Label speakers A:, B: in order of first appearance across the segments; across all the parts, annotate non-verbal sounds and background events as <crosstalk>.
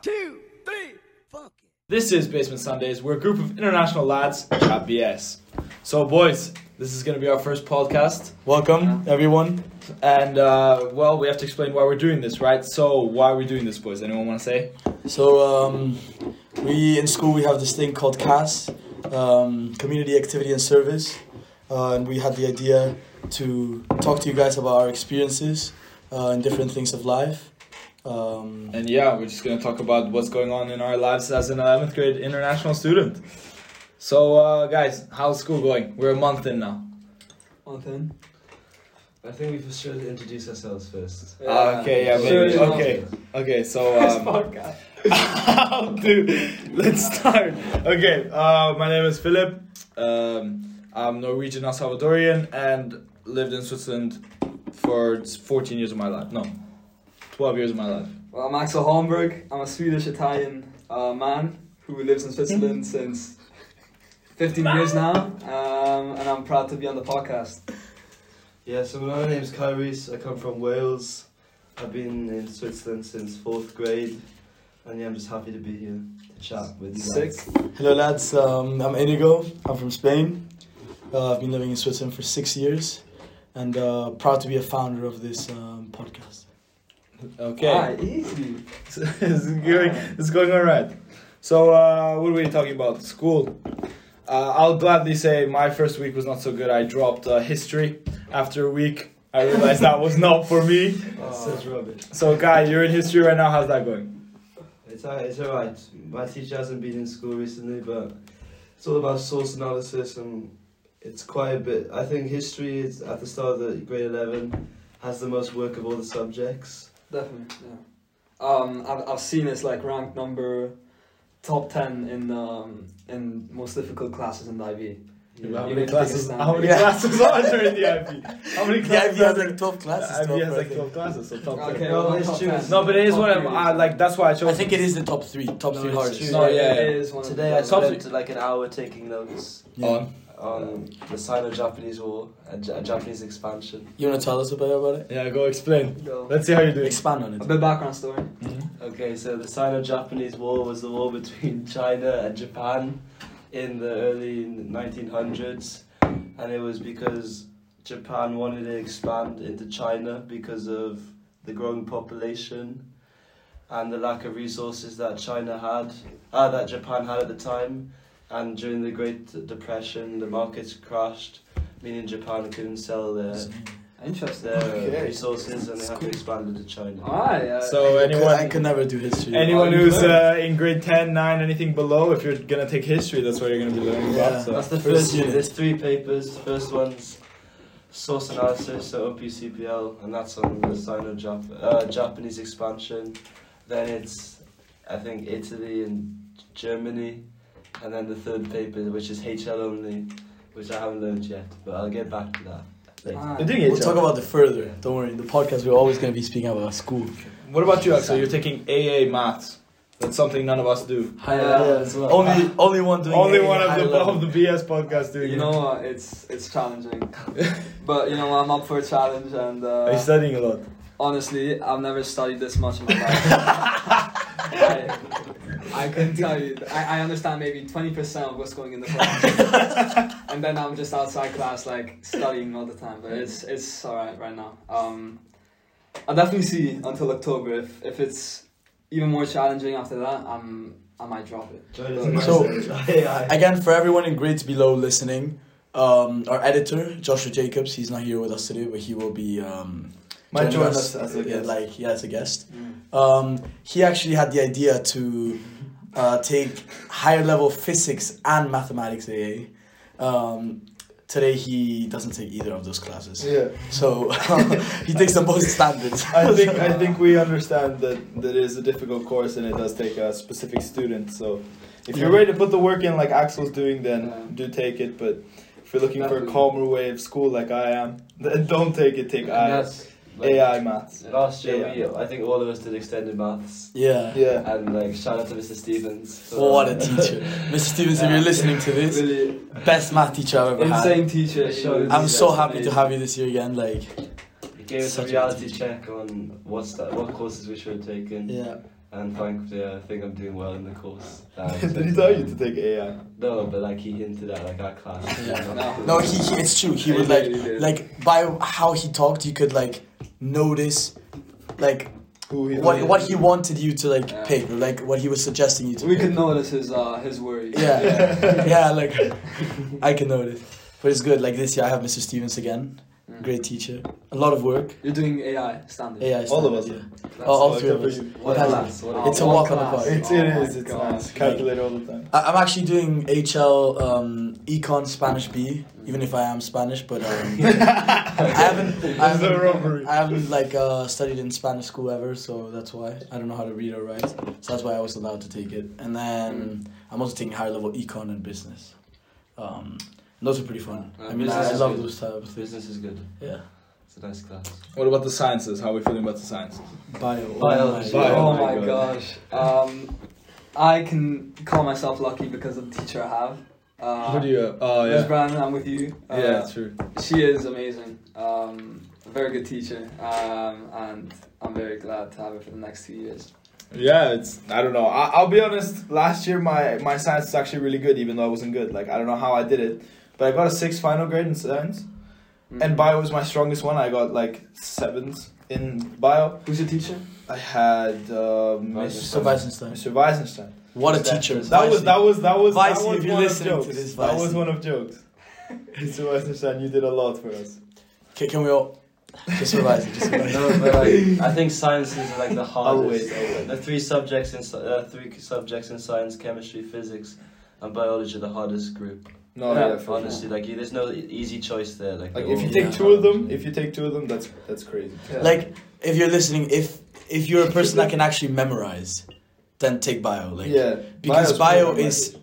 A: two, three, fuck it.
B: This is Basement Sundays. We're a group of international lads chat BS. So, boys, this is going to be our first podcast. Welcome, everyone. And, uh, well, we have to explain why we're doing this, right? So, why are we doing this, boys? Anyone want to say?
C: So um, we in school we have this thing called CAS, um, Community Activity and Service, uh, and we had the idea to talk to you guys about our experiences uh, and different things of life. Um,
B: And, yeah, we're just going to talk about what's going on in our lives as an 11th grade international student. So, uh, guys, how's school going? We're a month in now.
D: I think we should introduce ourselves first.
B: Ah, okay, yeah, maybe.
D: Sure.
B: Okay,
D: <laughs>
B: okay, so. Um, <laughs> Dude, let's start. Okay, uh, my name is Philip. Um, I'm Norwegian, El Salvadorian, and lived in Switzerland for 14 years of my life. No, 12 years of my life.
E: Well, I'm Axel Holmberg. I'm a Swedish Italian uh, man who lives in Switzerland since 15 years now, um, and I'm proud to be on the podcast.
D: Yeah, so my name's Kairis. I come from Wales. I've been in Switzerland since fourth grade, and yeah, I'm just happy to be here to chat with you.
C: Sick.
D: guys.
C: hello lads, um, I'm Inigo. I'm from Spain. Uh, I've been living in Switzerland for six years, and uh, proud to be a founder of this um, <laughs> podcast.
B: Okay,
E: Ah, easy.
B: <laughs> it's, going, it's going all right. So, uh, what are we talking about? School. Uh, I'll gladly say my first week was not so good. I dropped uh, history after a week. I realized that was not for me.
D: That's such rubbish.
B: So, Guy, you're in history right now. How's that going?
D: It's alright. It's alright. My teacher hasn't been in school recently, but it's all about source analysis, and it's quite a bit. I think history is at the start of the grade eleven has the most work of all the subjects.
E: Definitely, yeah. Um, I've, I've seen it's like ranked number top 10 in um, in most difficult classes in the IB.
B: How
E: You
B: many
E: need to take a
B: classes?
E: stand.
B: How many
C: Yeah.
B: classes are there <laughs> in the IB? How many
C: The
B: classes?
C: IB has
B: are there?
C: <laughs> like twelve classes.
B: The IB has
C: 12, I
B: like
C: think.
B: twelve classes, so top
E: Okay,
B: three.
D: No,
E: well,
D: it's
E: top
D: true.
E: 10.
B: No, but it is
E: Top
B: what I'm.
E: three.
B: I, like that's why I chose.
C: I think it is the top three, top three
D: it's
C: hardest.
D: true.
B: No, yeah,
E: It
B: yeah.
E: is one of
F: Today
E: the
F: I
E: best.
F: spent like an hour taking notes
C: Yeah.
B: On.
F: on the Sino-Japanese War and Ja- Japanese expansion.
C: You wanna tell us about about it?
B: Yeah, go explain.
E: Go.
B: Let's see how you're doing.
C: Expand on it.
E: A bit background story.
F: Okay, so the Sino-Japanese War was the war between <laughs> China and Japan in the early 1900s, and it was because Japan wanted to expand into China because of the growing population and the lack of resources that China had, uh, that Japan had at the time. And during the Great Depression, the markets crashed, meaning Japan couldn't
C: <laughs>
F: sell their
E: Interesting.
F: their
D: Okay.
F: resources and they have to expand it to China.
E: Alright, uh,
B: So
C: I
B: anyone,
C: could never do history.
B: anyone who's uh, in grade 10, 9, anything below, if you're gonna take history, that's what you're gonna be learning about.
C: Yeah.
B: So.
F: That's the
C: First
F: first.
C: unit.
F: There's three papers. First one's source analysis, so OPCPL, and that's on the Sino-Japanese uh, Japanese expansion. Then it's, I think, Italy and Germany, and then the third paper, which is HL only, which I haven't learned yet, but I'll get back to that later.
E: ah,
B: You're doing
C: We'll
B: it.
C: talk about the further. Don't worry. In the podcast, we're always going to be speaking about school.
B: What about you, Axel? You're taking AA maths. That's something none of us do.
C: High
E: Yeah,
C: level.
E: as well.
C: Only, only one doing.
B: Only
C: A
B: one
C: high
B: of the
C: level.
B: of the BS podcast doing.
E: You
B: it.
E: know what? It's it's challenging, but you know I'm up for a challenge, and
B: Are you
E: uh,
B: studying a lot?
E: honestly, I've never studied this much in my
B: <laughs>
E: life. I, I couldn't tell you. I, I understand maybe twenty percent of what's going in the class,
B: <laughs>
E: and then I'm just outside class like studying all the time. But it's it's all right right now. Um, I'll definitely see until October. If if it's even more challenging after that, I'm I might drop it.
C: So- <laughs>
D: AI.
C: Again, for everyone in grades below listening, um, our editor Joshua Jacobs, he's not here with us today, but he will be um,
D: Might
C: joining
D: join us as a
C: uh,
D: guest. Mm.
C: Like, yeah, as a guest. Um, he actually had the idea to uh, take higher level physics and mathematics AA. Um, today he doesn't take either of those classes,
D: Yeah.
C: so <laughs> he takes them
D: <laughs>
C: both standards.
B: I think I think we understand that that is a difficult course and it does take a specific student. So if you're
C: Yeah.
B: ready to put the work in like Axel's doing, then
E: Yeah.
B: do take it. But if you're looking for a
E: Definitely.
B: calmer way of school, like I am, <laughs> then don't take it. Take
F: And
B: I,
F: that's, like,
B: AI maths.
F: Last year, we, I think all of us did extended maths.
C: Yeah.
B: Yeah.
F: And like shout out to Mr. Stevens. for-
C: Well, what a teacher, Mr. Stevens. If you're listening to this,
E: Really
C: best math teacher I've ever had.
E: insane teacher.
F: It shows-
C: I'm so
F: That's
C: happy to
F: amazing.
C: have you this year again. Like,
F: He gave us
C: Such a
F: a reality check on what's that, what courses we should have taken.
C: yeah,
F: and thankfully I think I'm doing well in the course.
B: <laughs>
F: Um,
B: Did he tell you to take AI?
F: No, but like he hinted at like "Oh, our class.
C: Yeah.
E: No.
C: No, he, he it's true. He would
E: Yeah,
C: like
E: he did.
C: like by how he talked, you could like notice like
B: Who he
C: what what he wanted you to like
E: Yeah.
C: pick, like what he was suggesting you to.
E: We
C: pick.
E: could notice his uh, his worries.
C: <laughs> Yeah, yeah, like I can notice, but it's good. Like this year, I have Mr. Stevens again.
E: Mm.
C: Great teacher, a lot of work.
E: You're doing AI standard.
C: Yeah, I
B: All of
C: started,
B: us.
C: yeah.
E: That's-
C: all, all
B: Oh,
C: three of us.
B: okay.
E: What
C: has
E: class?
F: it?
E: Wow,
C: It's a
E: what
C: walk in the
E: class?
C: park.
B: It,
E: Oh
B: it
E: my
B: is. It's
E: God.
B: nice. Calculate all the time.
C: I- I'm actually doing HL um, Econ Spanish B, even if I am Spanish, but
B: <laughs>
C: um, I haven't. I
B: It's a
C: haven't,
B: robbery.
C: I haven't like uh, studied in Spanish school ever, so that's why I don't know how to read or write. So that's why I was allowed to take it. And then
B: Mm.
C: I'm also taking higher level Econ and Business. Um, and those are pretty fun.
E: Uh,
C: I mean,
E: business
C: I, I
E: is
C: love
E: good.
C: those type of things.
F: Business is good.
C: Yeah,
F: It's a nice class.
B: What about the sciences? How are we feeling about the sciences?
C: bio. oh
F: Biology.
C: my God.
E: Oh
F: Oh
E: my
F: my
E: gosh. Um, I can call myself lucky because of the teacher I have. Uh,
B: Who do you? Oh
E: Miss
B: yeah.
E: Brandon, I'm with you. Uh,
B: yeah, true.
E: She is amazing. Um, a very good teacher. Um, and I'm very glad to have her for the next two years.
B: Yeah, it's. I don't know. I, I'll be honest. Last year, my my science was actually really good, even though I wasn't good. Like I don't know how I did it, but I got a six final grade in science,
E: Mm.
B: and bio was my strongest one. I got like sevens in bio.
E: Who's your teacher?
B: I had uh,
C: So
B: Mr.
C: Weisenstein.
B: Mr. Weisenstein.
C: What a teacher.
B: That was that was that was
C: Vice,
B: that was
C: if you're
B: one of
C: listening to
B: jokes.
C: this,
B: that
C: Vice.
B: was one of
C: <laughs>
B: jokes. Mr. Weisenstein, you did a lot for us.
C: Can, can we
B: <laughs>
C: all just revise it? Just revise
F: no, but like I think sciences are like the hardest.
B: Always, always.
F: The three subjects in sci- uh, three subjects in science, chemistry, physics, and biology are the hardest group.
B: No, Oh,
E: Yeah,
B: yeah, for sure. Oh,
F: Honestly, like you, there's no e- easy choice there. Like,
B: Like
F: they're
B: if you
F: all-
B: take
C: Yeah.
B: two of them, if you take two of them, that's that's crazy.
C: Like, if you're listening, if if you're a person that can
B: <laughs>
C: actually memorize, then take bio. Like,
B: yeah,
C: because
B: Bio's
C: bio
B: pretty
C: is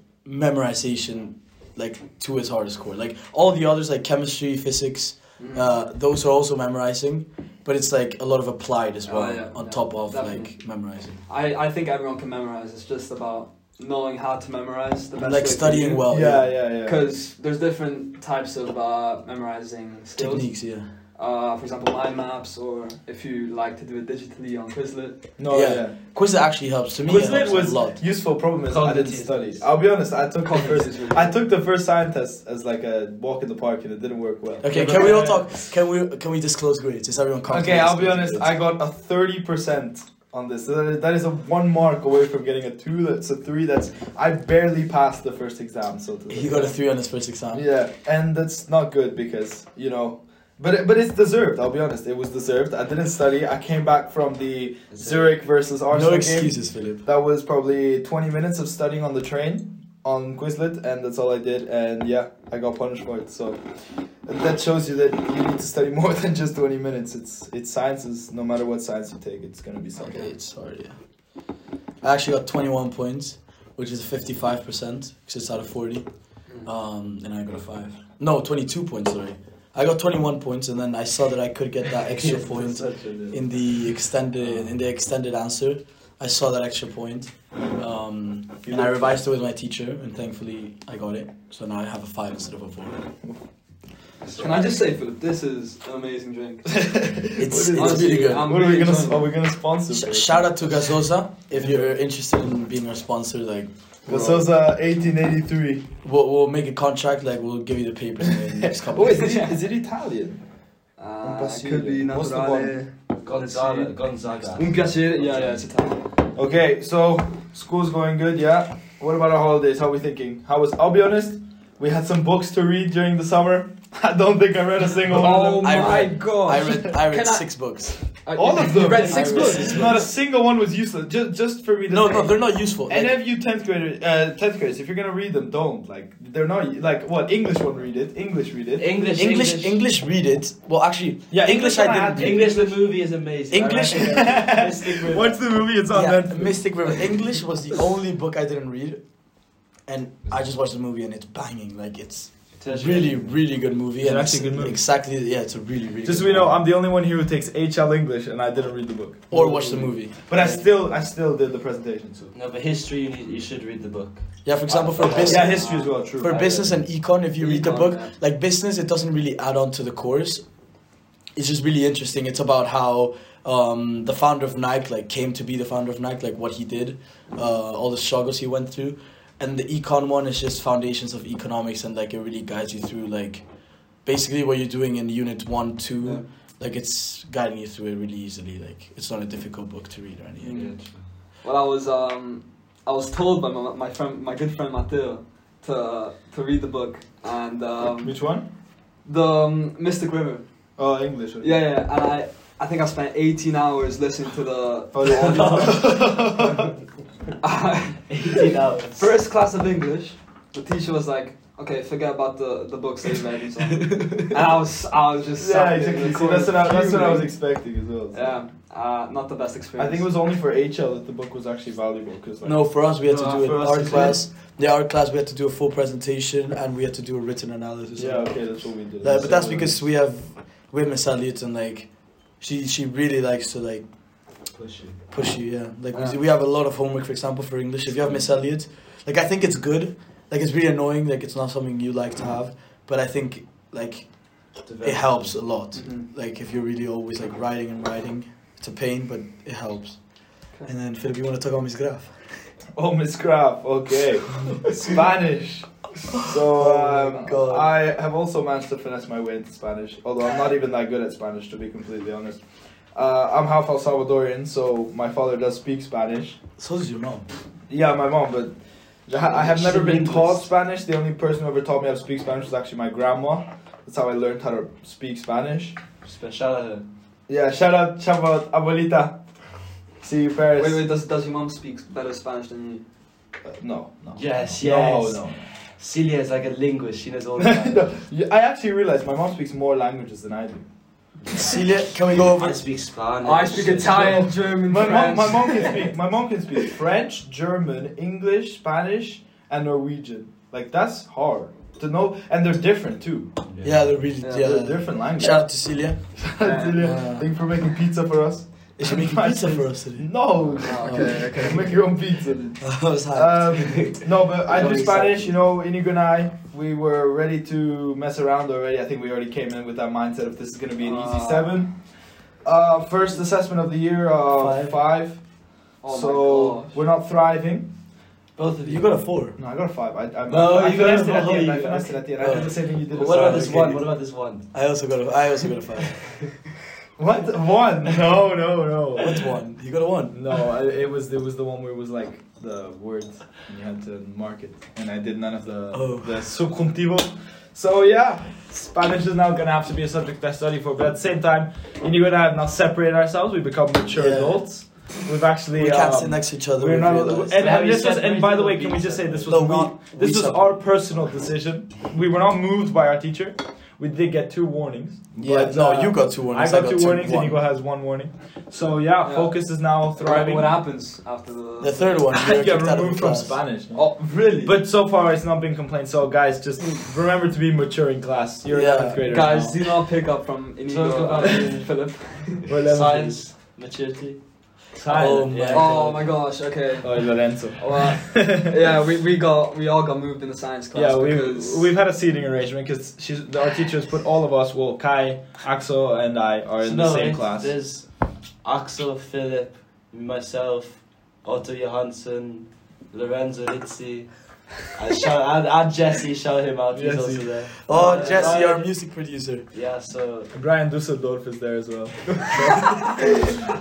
C: memorization, like to its hardest core. Like all the others, like chemistry, physics,
E: Mm.
C: uh, those are also memorizing, but it's like a lot of applied as
E: Oh,
C: well
E: yeah,
C: on
E: yeah,
C: top of like
E: definitely.
C: memorizing,
E: I, I think everyone can memorize. It's just about knowing how to memorize the best way
C: like
E: for
C: studying
E: you.
C: well.
B: yeah, yeah, yeah.
E: Because there's different types of uh, memorizing skills.
C: Techniques, yeah.
E: Uh, for example, mind maps, or if you like to do it digitally on Quizlet.
B: No,
C: Yeah.
B: yeah.
C: Quizlet actually helps to me. it
B: Quizlet
C: helps
B: was
C: a lot.
B: useful. Problem is I didn't
F: Cognitive.
B: study. I'll be honest. I took the first.
E: is really
B: I took the first science test as like a walk in the park, and it didn't work well.
C: Okay, can we all talk? Can we can we disclose grades? Is everyone comfortable?
B: Okay, I'll be
C: disclosing
B: honest.
C: grades?
B: I got a thirty percent on this. So that is- that is a one mark away from getting a two. That's a three. That's I barely passed the first exam. So to
C: He got a three on his first exam.
B: Yeah, and that's not good because you know, but it, but it's deserved. I'll be honest. It was deserved. I didn't study. I came back from the
F: It's a-
B: Zurich versus Arsenal
C: No
B: game.
C: excuses, Philip.
B: That was probably twenty minutes of studying on the train on Quizlet, and that's all I did. And yeah, I got punished for it. So that shows you that you need to study <laughs> more than just twenty minutes. It's it's sciences. No matter what science you take, it's gonna be something.
C: Okay, it's hard, yeah. I actually got 21 points, which is 55% because it's out of 40.
E: Hmm.
C: Um, and I got a 5. No, 22 points, sorry. I got 21 points, and then I saw that I could get that extra
E: <laughs>
C: point in the extended in the extended answer. I saw that extra point, um, and I revised it with my teacher, and thankfully I got it. So now I have a five instead of a four.
E: Can I just say, Philip, this is an amazing drink.
C: It's,
E: What is-
C: it's really good.
E: I'm
B: what are we
E: really
B: gonna?
E: enjoying
B: Are we gonna sponsor?
C: Sh-
B: this?
C: shout out to Gazosa if you're interested in being our sponsor. Like
B: Gasosa, eighteen eighty three.
C: We'll, we'll make a contract, like, we'll give you the papers
B: <laughs>
C: in the next couple
B: Oh,
C: of
B: is
C: days.
B: it, is it Italian?
E: Uh,
B: Basile.
E: could be
B: What's the
E: naturale.
F: Gonzaga. Gonzaga.
E: Un piacere. Yeah, yeah, it's Italian.
B: Okay, so school's going good, yeah. What about our holidays? How are we thinking? How was? I'll be honest. We had some books to read during the summer. <laughs> I don't think I read a single one of them.
C: I
E: my
C: read-
E: god!
C: I read, I read
E: Can I-
C: six books.
E: Uh,
B: All
E: you-
B: of them.
E: You read six
C: I read
E: books.
C: six
B: Not a single one was useless. Just, just for me to
C: No,
B: say.
C: no, they're not useful.
B: And
C: Like,
B: if you tenth graders, uh, tenth graders, if you're gonna read them, don't like they're not like what English one read it, English read it.
F: English.
C: English, English, read it. Well, actually,
B: Yeah, English
C: English,
B: one I
C: I
B: had
C: didn't.
B: to-
C: read.
F: English. The movie is amazing.
C: English- <laughs>
F: I recommend it. Mystic River.
B: What's the movie? It's on
C: Yeah,
B: Netflix.
C: Mystic River. English was the only book I didn't read, and I just watched the movie, and it's banging. Like, it's really, really good movie.
B: It's
C: and
B: actually a good movie.
C: Exactly. Yeah, it's a really, really.
B: Just so
C: good
B: we know,
C: movie.
B: I'm the only one here who takes HL English, and I didn't read the book.
C: or watch the movie.
B: But I still, I still did the presentation. So
F: No, but history. You, need, you should read the <laughs> book.
C: Yeah, for example, for business.
B: Uh, yeah, history as well. True.
C: for
F: I
C: business and econ if you read the
E: Econ,
C: book
E: yeah.
C: like business it doesn't really add on to the course it's just really interesting. It's about how um, the founder of Nike like came to be the founder of Nike, like what he did, uh, all the struggles he went through, and the econ one is just foundations of economics and like it really guides you through like basically what you're doing in unit one two.
F: Yeah.
C: Like it's guiding you through it really easily. Like it's not a difficult book to read or anything.
E: Well, I was um, I was told by my, my friend, my good friend Matteo, to to read the book and um,
B: Which one?
E: the um, Mystic River.
B: Oh, English.
E: Yeah, yeah, yeah, and I I think I spent 18 hours listening to the
B: Oh, the
C: <laughs>
B: audio.
F: Eighteen hours.
E: first class of English. The teacher was like, "Okay, forget about the the books that you read and so on." and I was I was just
B: yeah,
E: sat in the
B: exactly. See,
E: corner
B: that's what, I, that's what I
E: <laughs>
B: was
E: fuming.
B: expecting as well.
E: Yeah, uh, not the best
B: I
E: experience.
B: think it was only for HL that the book was actually valuable because like
C: No, for us we had
D: No,
C: to do
D: for
C: an
D: us
C: art
D: as
C: class. Yeah, art class we had to do a full presentation and we had to do a written analysis.
B: yeah, okay, that's what we did.
C: Like, but that's because we have we have Miss Elliot and like she she really likes to like
D: Push it.
C: push you. Yeah, like we
E: Yeah.
C: we have a lot of homework. For example, for English, if you have Miss Elliot, like I think it's good. Like it's really annoying. Like it's not something you like to have, but I think like it helps a lot.
E: Mhm.
C: Like if you're really always like writing and writing, it's a pain, but it helps.
E: Okay.
C: And then Philip, you want to talk about Miss Graf?
B: <laughs> Oh, Miss Graf,
C: <laughs>
B: okay. Spanish. So
C: Oh my
B: um,
C: God.
B: I have also managed to finesse my way into Spanish, although I'm not even that good at Spanish, to be completely honest. Uh, I'm half El Salvadorian, so my father does speak Spanish.
C: So does your mom.
B: Yeah, my mom, but I I have never been
F: She
B: taught
F: was-
B: Spanish. The only person who ever taught me how to speak Spanish was actually my grandma. That's how I learned how to speak Spanish.
F: Speciality.
B: Yeah, shout out, shout out, abuelita. See you, Paris.
E: Wait, wait, does does your mom speak better Spanish than you?
B: Uh, no, no.
F: Yes,
B: No,
F: yes.
B: no.
F: Celia is like a linguist. She knows <laughs> all about
B: No, <laughs>
F: it.
B: yeah, I actually realized my mom speaks more languages than I do.
C: Celia, can we go
F: I
C: over?
F: speak Spanish.
E: I speak Italian, German,
B: My mom,
E: French.
B: my mom can speak. My mom can speak French, German, English, Spanish, and Norwegian. Like that's hard to know, and they're different too.
C: Yeah, they're really
E: Yeah,
C: yeah.
B: They're different languages. <laughs>
C: Shout out to Celia.
B: Delia, Thank you for making pizza for us.
C: Is she making pizza for us today?
B: No.
E: okay,
B: okay. <laughs> Make your own pizza.
C: <laughs> I was hyped.
B: Um, no, but I
F: Don't
B: do
F: be
B: Spanish.
F: sad.
B: You know, Inigo and I, we were ready to mess around already. I think we already came in with that mindset of this is going to be an easy
E: Ah.
B: seven. Uh, first assessment of the year, uh,
C: Five.
B: five.
E: Oh my
B: so
E: gosh.
B: we're not thriving.
F: Both of you.
C: you got a four.
B: No, I got a five. I, I,
F: No,
B: I
F: you got
B: finessed it
F: a
B: at the end.
F: five.
B: I finessed it at the end. I did the same thing you did.
F: What
B: with
F: about
B: Simon.
F: this one? What about this one?
C: I also got a. I also got a five.
B: <laughs> What one? No, no, no.
C: What one? You got a one.
B: No, I, it was it was the one where it was like the words and you had to mark it, and I did none of the
C: Oh.
B: the subjuntivo. So yeah, Spanish is now gonna have to be a subject I study for. But at the same time, Inigo and I have now separated ourselves. We become mature
C: Yeah.
B: adults. We've actually
C: we can't
B: um,
C: sit next to each other.
B: We're
C: we've
B: not.
C: realized.
B: And,
F: Now
B: and
F: we
B: this was. And
F: separate,
B: by the
F: now
B: way,
F: we
B: can we just say this was
C: No, we-
B: not.
C: we
B: This was
C: separate.
B: our personal decision. We were not moved by our teacher. We did get two warnings.
C: Yeah,
B: but,
C: no,
B: uh,
C: you got two warnings.
B: I got, two warnings,
C: one.
B: and Inigo has one warning. So yeah,
E: Yeah.
B: focus is now thriving.
E: What
B: <laughs>
E: happens after the?
C: The third one, you were
B: yeah,
C: kicked out of
B: removed from
C: class.
B: Spanish.
E: Oh, really?
B: But so far, it's not been complained. So guys, just remember to be mature in class. You're
C: Yeah.
B: 11th grader.
E: Guys, do not pick up from
F: Talk
E: Inigo
F: about
E: and Philip.
B: now. We're 11th graders.
F: Science, maturity.
C: Oh
B: Science.
C: my
B: Yeah.
E: Oh my gosh. Okay.
B: Oh, Lorenzo.
E: Well, uh, yeah, we, we got we all got moved in the science class
B: Yeah, we
E: because
B: we've had a seating arrangement because she's our teachers put all of us. Well, Kai, Axel, and I are in
F: So
B: the
F: no,
B: same
F: it's-
B: class.
F: eh? There's Axel, Philip, myself, Otto Johansson, Lorenzo Rizzi. I shout and, and Jesse, shout him out. He's
B: Jesse.
F: also there.
C: Oh,
F: Uh,
C: Jesse, our
F: Brian-
C: music producer.
F: Yeah, so
B: Brian Dusseldorf is there as well. <laughs>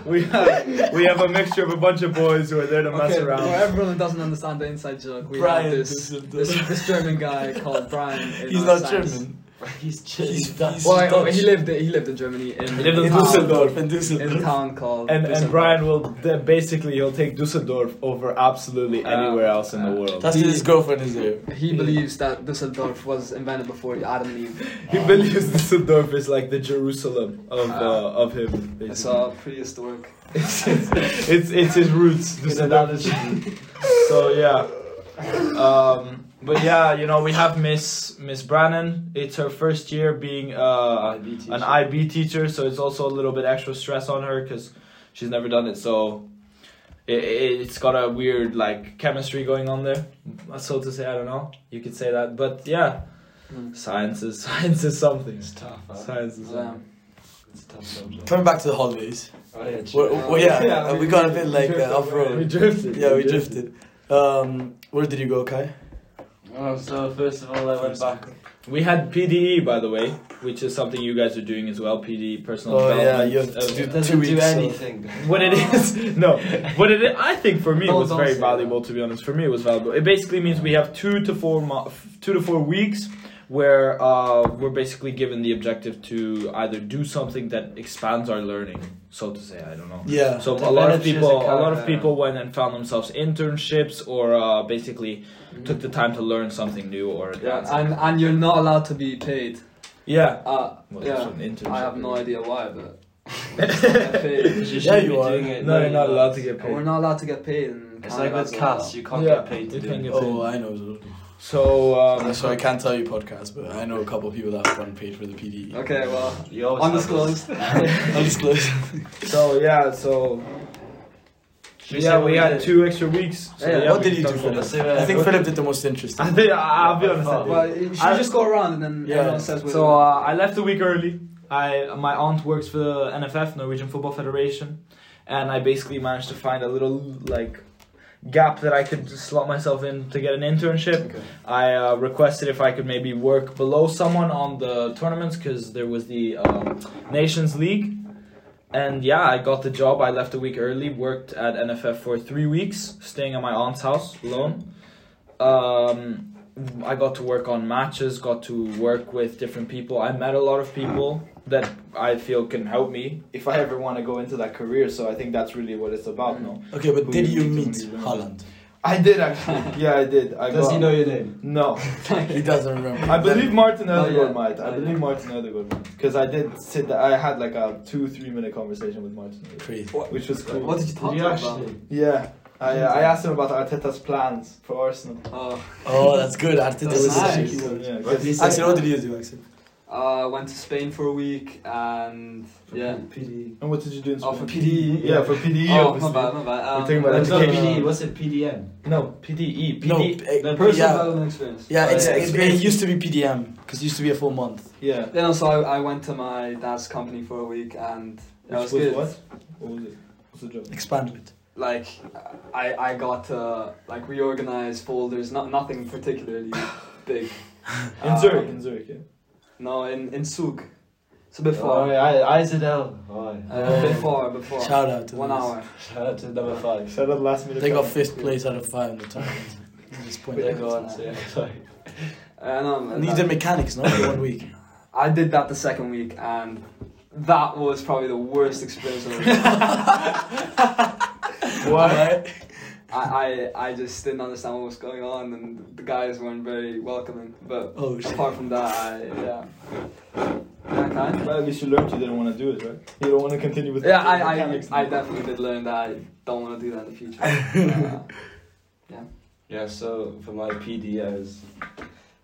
B: we have we have a mixture of a bunch of boys who are there to mess
E: okay,
B: around.
E: for everyone who doesn't understand the inside joke, we
C: Brian
E: have this,
C: doesn't-
E: this this German guy called Brian. in
C: He's
E: our
C: not
E: science.
C: German.
F: he's just
C: He's-
F: Dutch.
C: he's-
E: Well,
C: Dutch.
E: he lived he lived in Germany in
B: He lived in
E: in
B: Dusseldorf.
C: In
E: town, in
C: Dusseldorf.
E: town called
B: And, and
E: Dusseldorf.
B: Brian will de- basically he'll take Dusseldorf over absolutely
E: Uh,
B: anywhere else in the
E: uh,
B: world.
C: That's his girlfriend is there.
E: He believes that Dusseldorf was invented before Adam and Eve.
B: he believes Dusseldorf is like the Jerusalem of uh,
E: Uh,
B: of him. basically.
E: It's a prehistoric.
B: it's, it's, <laughs> it's it's his roots. Dusseldorf is his roots. so yeah, um, but yeah, you know we have Miss Miss Brannon. It's her first year being uh,
F: IB teacher.
B: an IB teacher, so it's also a little bit extra stress on her because she's never done it. So it, it, it's got a weird like chemistry going on there, so to say. I don't know. You could say that, but yeah,
E: Mm.
B: Hmm. science is <laughs> science is something.
F: It's tough. Huh?
B: Science is
E: Yeah.
B: something.
F: It's a tough subject.
C: Coming back to the holidays.
F: Oh, yeah,
C: We're,
F: true.
C: we're- yeah,
B: Yeah,
C: we,
B: we
C: got a
B: drifted,
C: bit
B: we
C: like
B: drifted,
C: uh, off
B: <laughs> We
C: road.
B: drifted.
C: Yeah, we drifted. Um, where did you go, Kai?
F: Oh, so first of all, I went back.
B: We had PDE, by the way, which is something you guys are doing as well. PDE, personal
C: Oh yeah,
B: development.
C: you have to
B: Uh,
C: do
F: It
C: two
F: doesn't do
C: weeks. so-
F: anything.
B: what it is no what it is, i think for me it
E: Don't-
B: was
E: don't
B: very
E: say
B: valuable to be honest for me it was valuable it basically means we have two to four mo- two to four weeks where uh, we're basically given the objective to either do something that expands our learning so to say i don't know
C: Yeah.
B: so
F: To
B: a lot of
F: manage
B: people
F: your
B: a lot of
F: character.
B: people went and found themselves internships or uh, basically took the time to learn something new or advance.
E: Yeah, and and you're not allowed to be paid.
B: yeah
E: Uh,
B: Well, that's
E: yeah,
B: an internship.
E: I have
B: <laughs>
E: no idea why, but I'm not get paid.
F: You
C: Yeah,
F: shouldn't
C: you
F: be
C: are.
F: doing it.
B: no you're not allowed to get
E: And we're
B: paid
E: not allowed to get paid. In
F: It's like
E: Canada
F: with
E: as well.
F: cats, you can't
B: Yeah,
F: get paid to
B: you
F: do
B: can't
F: it.
B: get
C: Oh, I know.
B: so um,
C: so I can't tell you podcast, but I know a couple of people that have gotten paid for the PDE.
E: Okay, well,
F: You always have this-
E: undisclosed.
C: I'll just close.
B: so yeah so
F: Should we say
B: Yeah,
F: what
B: we had
F: did?
B: two extra weeks. so
E: Yeah,
B: yeah,
C: what
B: we
C: did
B: can
C: you do
B: talk
C: for
B: about
F: Let's
B: it.
F: say
C: I
F: that-
C: think Philip did the
B: <laughs>
C: most
B: I
C: interesting.
B: think I- I'll be honest. I did.
E: well, you should
B: I-
E: just go around and then
C: Yeah.
E: everyone says we're
B: So uh, I left a week early. I my aunt works for the NFF, Norwegian Football Federation, and I basically managed to find a little like gap that I could slot myself in to get an internship.
E: Okay.
B: I uh, requested if I could maybe work below someone on the tournaments because there was the um, Nations League. And yeah, I got the job. I left a week early, worked at NFF for three weeks, staying at my aunt's house alone. Um, I got to work on matches, got to work with different people. I met a lot of people that I feel can help me if I ever want to go into that career. So I think that's really what it's about.
F: Mm.
B: No,
C: Okay, but
B: Who
C: did
B: you
C: you
B: meet and
C: meet
B: when you learn.
C: Holland?
B: I did
F: <laughs>
B: actually. Yeah, I did. I
F: Does
B: got-
F: he know your name?
B: No.
C: He doesn't remember.
B: I
F: <laughs>
B: believe Martin
F: Oh,
E: Not
B: Odegaard
E: yet.
B: might. I
E: Not
B: believe
E: yet.
B: Martin Odegaard might. Because I did sit there, I had like a two, three minute conversation with Martin Odegaard.
C: Crazy.
B: Which was cool.
E: What did you
F: Did
E: talk
F: you
E: about?
F: actually?
B: Yeah. I, uh, I asked him about Arteta's plans for Arsenal.
E: Uh,
C: Oh, that's good. I think
E: That's
C: was
E: nice.
C: nice.
B: Yeah,
F: What did he
B: 'cause-
F: say?
C: Actually, what did you do, actually?
E: uh, went to Spain for a week and yeah.
F: PD.
B: and what did you do in Spain?
E: Oh, for PDE.
F: E?
B: Yeah, for PDE.
E: Oh, my
B: obviously.
E: bad, my bad. Um,
B: We're talking about
F: It's not
B: education.
F: PD. What's it? PDM.
B: No, PDE.
C: No,
B: PD.
C: eh,
E: The personal
C: yeah,
E: development experience.
C: yeah, it's,
B: Uh,
C: it, it used to be PDM because it used to be a full month.
B: Yeah.
E: Then also I, I went to my dad's company for a week and that was
B: Which
E: good.
B: what? What was it? What's the job?
C: Expanded it.
E: Like I I got to like reorganize folders, not nothing particularly big.
B: In
E: Uh,
B: Zurich, in Zurich, yeah.
E: No, in in Zug. So before.
F: Oh, yeah, Izadel. Oh, yeah.
E: Uh, before, before.
C: Shout out to
E: One
C: those.
E: hour.
F: Shout out to number five.
B: Shout out last minute.
C: They got
B: comment.
C: fifth place out of five in the tournament. At this point,
F: They go on, so yeah, sorry.
E: Uh, no,
C: Neither mechanics, no, for one week.
E: I did that the second week, and that was probably the worst experience. <laughs> I've
C: Why?
E: I, I I just didn't understand what was going on, and the guys weren't very welcoming. But
C: Oh shit.
E: apart from that, I, yeah, yeah, kind.
B: Well, at least you learned you didn't want to do it, right? You don't want to continue with
E: yeah, I, I,
B: mechanics.
E: I definitely did learn that I don't want to do that in the <laughs> future. Uh,
F: Yeah, so for my PD, I was,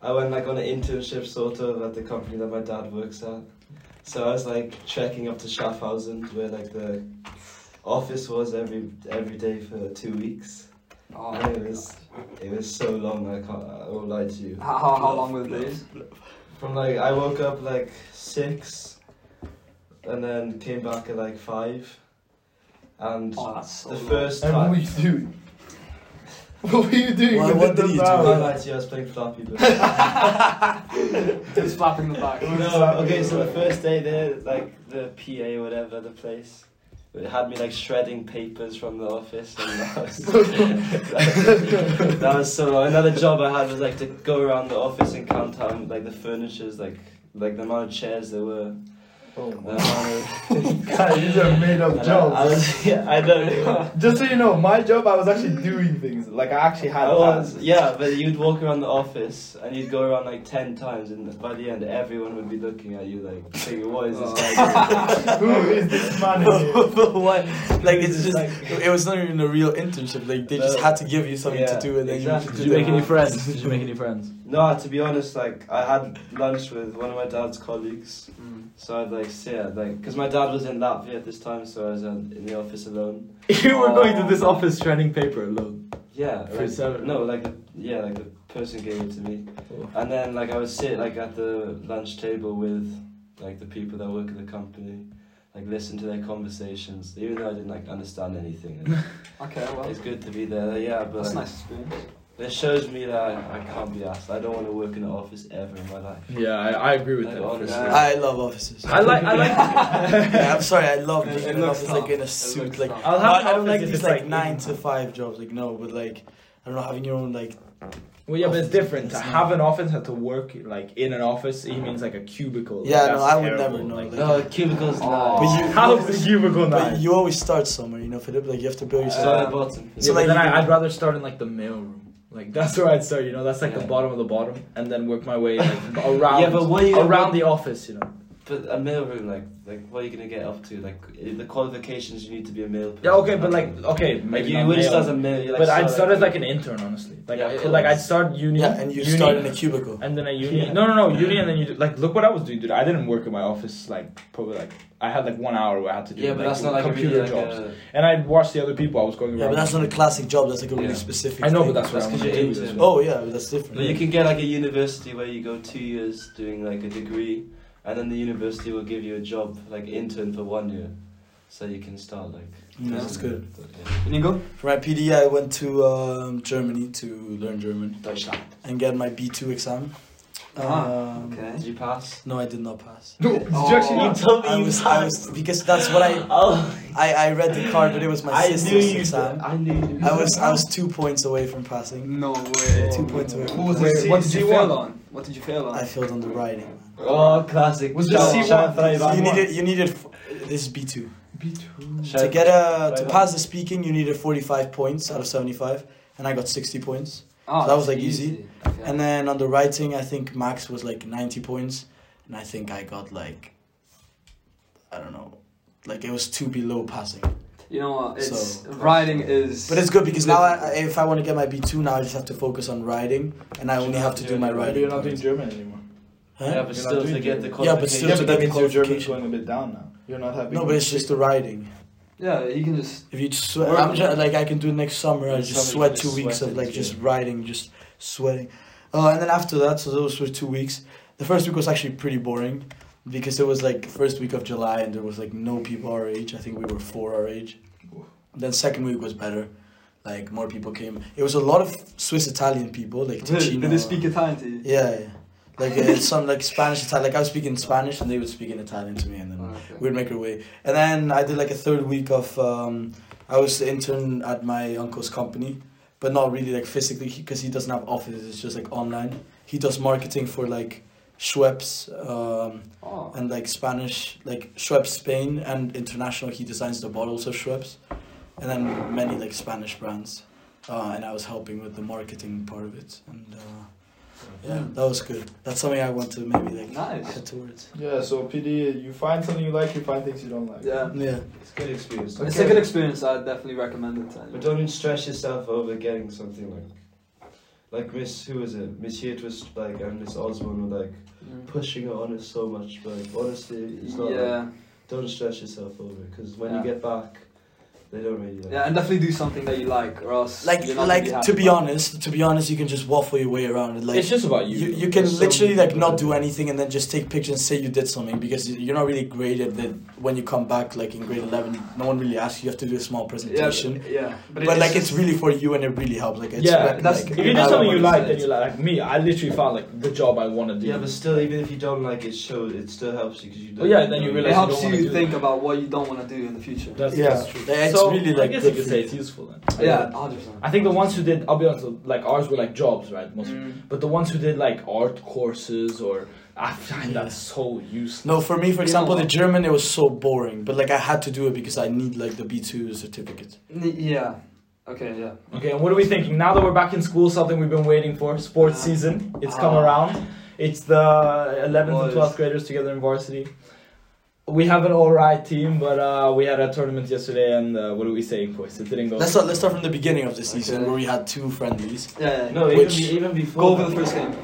F: I went like on an internship sort of at the company that my dad works at. So I was like trekking up to Schaffhausen where like the office was every every day for two weeks.
E: oh,
F: And it was it was so long. I can't. I won't lie to you.
E: how, how, how long were the days?
F: From like I woke up like six, and then came back at like five, and
E: Oh, that's so
F: the
E: long.
F: first
B: And
F: time.
B: what were you doing? <laughs> What were you doing?
C: Why,
B: with
C: what
B: the
C: did you
F: I
B: ballot?
F: won't
B: <laughs>
F: lie to you, I was playing Flappy Bird.
E: just flapping the back.
F: No, okay, so the first day there, like the PA, whatever, the place, it had me like shredding papers from the office, and that
B: <laughs>
F: was, <laughs> that was so long. Another job I had was like to go around the office and count how like the furnitures, like like the amount of chairs there were.
B: Oh <laughs>
F: The amount of.
B: God, these are made
F: And <laughs>
B: up
F: I- I,
B: jobs.
F: was, yeah, I don't know.
B: Just so you know, my job, I was actually doing things. Like, I actually <laughs> had
F: I was,
B: plans.
F: Oh, yeah, but you'd walk around the office and you'd go around like ten times, and by the end, everyone would be looking at you like, thinking, "What is this guy doing?"
B: Who is this man in here?
C: but
F: <laughs>
C: why? Like it's just
F: Like-
C: it was not even a real internship. Like they just had to give you something
F: Yeah,
C: to do, and then
F: exactly.
C: you
F: Did you make any
C: friends? <laughs>
B: Did you make any friends?
F: No, to be honest, like I had lunch with one of my dad's colleagues,
E: Mm.
F: so I'd like sit at, like because my dad was in Latvia at this time, so I was uh, in the office alone.
B: You were going to this office shredding paper alone.
F: Yeah,
B: For
F: like,
B: seven.
F: no, like the- yeah, like the person gave it to me,
B: Oh.
F: and then like I would sit like at the lunch table with like the people that work at the company, like listen to their conversations, even though I didn't like understand anything. It's,
E: Okay, well,
F: it's good to be there, yeah, but
E: that's a
F: like,
E: nice experience.
F: it shows me that I, I can't be asked. I don't want to work in an office ever in my life.
B: Yeah, I, I agree with
F: Like,
B: that.
F: honestly.
B: for sure.
C: I love offices.
B: I like, I
F: <laughs>
B: like.
C: <laughs> yeah, I'm sorry, I love
E: It-
C: being
E: it
C: in an
E: looks
C: office
E: tough.
C: like in a
E: It
C: suit.
E: looks
C: Like
E: tough.
B: I'll
C: No,
B: have.
C: I don't
B: outfits
C: like
B: if
C: these
B: it's
C: like
B: like <laughs>
C: nine to five jobs. Like no, but like I don't know having your own like
B: Well, yeah, but it's different. To
C: It's
B: have an office and to work like in an office, he means like a cubicle. Like,
C: yeah. No,
B: that's
C: I would
B: terrible,
C: never know.
B: like-
C: Like,
F: No, cubicles
E: Oh.
F: nice.
C: But you-
B: <laughs> How is Uh, the cubicle
C: but
B: nice?
C: you always start somewhere, you know, Philip. Like you have to build yourself.
F: Start
C: up.
F: Uh, at the bottom.
B: Yeah,
C: So,
B: but
C: like,
B: then
C: you
B: I,
C: can-
B: I'd rather start in like the mailroom. Like that's where I'd start. You know, that's like the
F: Yeah.
B: bottom of the bottom, and then work my way
C: <laughs>
B: like, around.
F: Yeah, but what are you-
B: around the office, you know.
F: But a mailroom, like, like what are you gonna get up to? Like eh, the qualifications you need to be a male. Person.
B: Yeah, okay, but like, okay,
F: like
B: maybe
F: you
B: not
F: would
B: mail,
F: start as a male. you, Like,
B: but I'd start as
F: like
B: like an intern, honestly. Like,
F: Yeah,
B: I-
F: of
B: like I'd
F: course.
B: start uni.
C: Yeah, and you
B: uni,
C: start in a cubicle.
B: And then a uni.
F: Yeah.
B: No, no, no, uni, and then you do, like look what I was doing, dude. I didn't work in my office. Like probably like I had like one hour where I had to do
F: yeah, but that's not like
B: computer
F: a really,
B: jobs.
F: Like a,
B: And I'd watch the other people I was going around.
C: Yeah, but that's not a classic job. That's like a really
F: Yeah.
C: specific.
B: I know, but
C: thing.
B: that's what
F: That's
B: I
F: 'cause
B: want to
F: you're
B: do.
F: into
B: as
F: it.
B: well.
C: Oh yeah, but that's different.
F: but you can get like a university where you go two years doing like a degree, and then the university will give you a job like intern for one year, so you can start like.
C: Mm, that's good.
F: Yeah.
E: Can you go?
C: For my PD, I went to um, Germany to learn German and get my B two exam.
E: Ah,
C: Um,
E: Okay.
F: Did you pass?
C: No, I did not pass.
B: No, did you actually
E: Oh.
B: need to-
F: told
C: I was, I was because that's what I,
F: <laughs> Oh,
C: I, I read the card, but it was my
F: I knew
C: sister's
F: you.
C: exam.
F: I knew you.
C: I was I was two points away from passing.
E: No way.
C: Two
F: Oh.
C: points away.
E: What was
B: Wait,
E: it?
B: what
E: What did
B: did
E: you
B: you
E: fail
B: want?
E: on? What did you fail on?
C: I failed on the writing. man.
F: Oh, classic.
B: Was it
F: Shout-
B: C1?
F: shout out to
C: So you
F: Ivan.
C: needed you needed f- this is B two
F: Shout
C: to
F: out
C: get a to
F: Ivan.
C: pass the speaking. You needed forty five points out of seventy five, and I got sixty points.
E: Oh,
C: that was, like,
E: that's
C: easy.
E: Okay.
C: And then on the writing, I think max was like 90 points, and I think I got like, I don't know, like it was two below passing.
E: you know what? It's
C: So-
E: writing is.
C: But it's good because now, I, I- if I want to get my B2, now I just have to focus on writing, and I
F: You're
C: only
F: not
C: have to do
F: doing
C: my
F: it.
C: writing.
B: You're not doing
C: points.
B: German anymore.
C: Huh?
F: Yeah, but
B: You're
F: still
B: not
F: to
B: doing
F: get the
C: it. Yeah, but
F: qualification.
C: still to get qualification.
B: a bit down now. You're not having.
C: No, but it's just the writing.
E: Yeah, you can just.
C: If you just sweat,
E: Work.
C: I'm just, like I can do next summer. I
F: Next
C: just
F: summer you
C: sweat
F: can
C: two
F: just
C: weeks
F: sweat
C: of
F: it,
C: like
F: yeah.
C: just writing, just sweating. Uh, and then after that, so those were two weeks. The first week was actually pretty boring because it was like first week of July and there was like no people our age. I think we were four our age. Then second week was better. Like more people came. It was a lot of Swiss Italian people, like
E: Did,
C: Ticino.
E: did they speak Italian to you?
C: Yeah, yeah. Like uh, some like Spanish Italian. Like I was speaking Spanish and they would speak in Italian to me, and then
E: Oh, okay.
C: we'd make our way. And then I did like a third week of um, I was the intern at my uncle's company, but not really like physically because he doesn't have offices. It's just like online. He does marketing for like Schweppes um,
E: Oh.
C: <laughs> and like Spanish, like Schweppes Spain and international. He designs the bottles of Schweppes, and then many like Spanish brands. Uh, and I was helping with the marketing part of it, and uh, yeah, that was good. That's something I want to maybe like
E: Nice.
C: head towards.
B: Yeah, so PD, you find something you like, you find things you don't like.
E: Yeah.
C: Yeah.
D: It's a good experience.
E: It's a good experience. I definitely recommend it. To
D: But
E: anyone.
D: don't even stress yourself over getting something like, like Miss who was it? Miss Hewitt was like, and Miss Osborne were like
E: Mm.
D: pushing it on us so much. But like, honestly, it's not. Like,
E: Yeah.
D: don't stress yourself over it because when
E: Yeah.
D: you get back, they don't really. Like,
E: Yeah, and definitely do something that you like, or else
C: like
E: you're not gonna
C: like
E: be
C: to
E: happy
C: be
E: about it.
C: honest to be honest you can just waffle your way around it like
B: it's just about you.
C: you, you can
D: There's so
C: literally
D: many
C: like not
D: people
C: do
D: that-
C: anything and then just take pictures and say you did something because you- you're not really graded that when you come back like in grade 11 no one really asks you you have to do a small presentation
E: Yeah, yeah.
C: but, like it's really for you and it really helps like it's
B: yeah,
C: rec-
E: that's-
C: like,
B: if you do
C: I
B: something you
C: wanna-
B: like, then you like. Like me, I literally found like the job I want to do.
D: Yeah, but still, even if you don't like it, show it still helps you because you.
B: Oh, yeah, then you
D: know.
E: It
B: realize-
E: helps
B: don't
E: you,
B: wanna do
E: think
B: that.
E: about what you don't want to do in the future.
B: that's,
C: yeah,
B: that's true.
C: it's
B: so,
C: really
B: I
C: like
B: guess
C: good
B: you could
C: for
B: say
C: you.
B: it's useful then.
E: yeah, 100%.
B: I think the ones who did, I'll be honest, like ours were like jobs, right? Most,
E: Mm.
B: but the ones who did like art courses or I find
C: Yeah.
B: that so useless.
C: no for me for
E: You
C: example
E: know-
C: the German it was so boring but like I had to do it because I need like the B2 certificate
E: N- Yeah. Okay, yeah.
B: Okay, and what are we thinking now that we're back in school? Something we've been waiting for. Sports
E: Ah.
B: season, it's come
E: Ah.
B: around. It's the 11th and
D: Boys.
B: 12th graders together in varsity. We have an alright team, but uh, we had a tournament yesterday, and uh, what are we saying, boys? It didn't go.
C: let's start let's start from the beginning of the season
E: Okay.
C: where we had two friendlies
E: Yeah, yeah.
F: No, even,
C: Which-
F: be- even before
E: Go over
F: that-
E: the first game.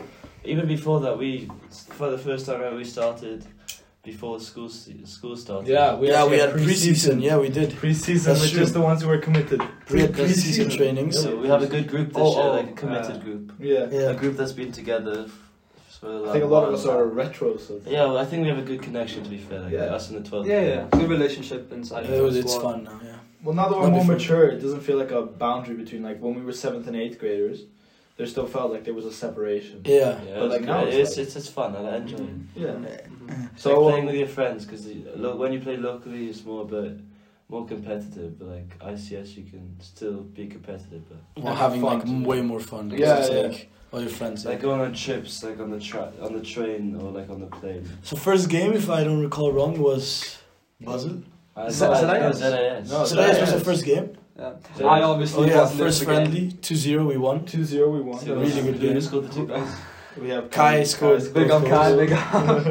F: Even before that, we for the first time ever we started before school se- school started.
B: yeah, we,
C: yeah
B: actually
C: we had preseason yeah we did
B: Preseason,
C: That's
B: which
C: true.
B: is the ones who were committed.
C: we had preseason trainings
F: So we have a good group this
B: Oh,
F: year,
B: oh,
F: like a committed
B: uh,
F: group,
B: Yeah.
C: yeah
F: a group that's been together f- for like
D: I think a lot of
F: while
D: us
F: now.
D: are retro, so
F: Yeah, well, I think we have a good connection. To be fair, like,
D: Yeah.
F: us and the twelve.
E: Yeah, yeah. Good relationship inside.
C: It was,
E: the
C: it's
E: squad.
C: fun now, yeah.
D: Well, now that we're
C: That'd be
D: more
C: fun.
D: mature, it doesn't feel like a boundary between like when we were seventh and eighth graders. There still felt like there was a separation.
C: Yeah.
F: Yeah,
D: But, like,
F: it's,
D: now
F: great.
D: it's
F: it's,
D: like-
F: it's it's fun. I enjoy it.
D: Yeah.
E: Mhm.
F: So
D: So um,
F: playing with your friends because look when you play locally it's more but more competitive but like ICS you can still be competitive but
C: We're
D: have
C: having
D: fun
C: like
D: too.
C: way more fun. because
D: Yeah,
C: it's
D: yeah.
C: like all your friends.
F: it's
C: yeah.
F: like going on trips like on the tra- on the train or like on the plane.
C: So first game, if I don't recall wrong, was Basel.
F: I
B: Z-
F: no,
B: ZIS?
F: ZIS.
D: No,
C: so
D: that
C: that was
D: is-
C: the first game.
E: Yeah.
F: So
E: I
F: it's-
C: Oh
E: obviously
C: yeah,
E: wasn't in
C: first
E: the game.
C: friendly, 2-0, we won.
D: 2-0 we won.
F: So
C: really
F: it's-
C: good
F: Luna
C: game.
F: scored the two goals.
D: We have
C: Kai scored.
E: Big up, Kai.
C: <laughs>
E: Big up.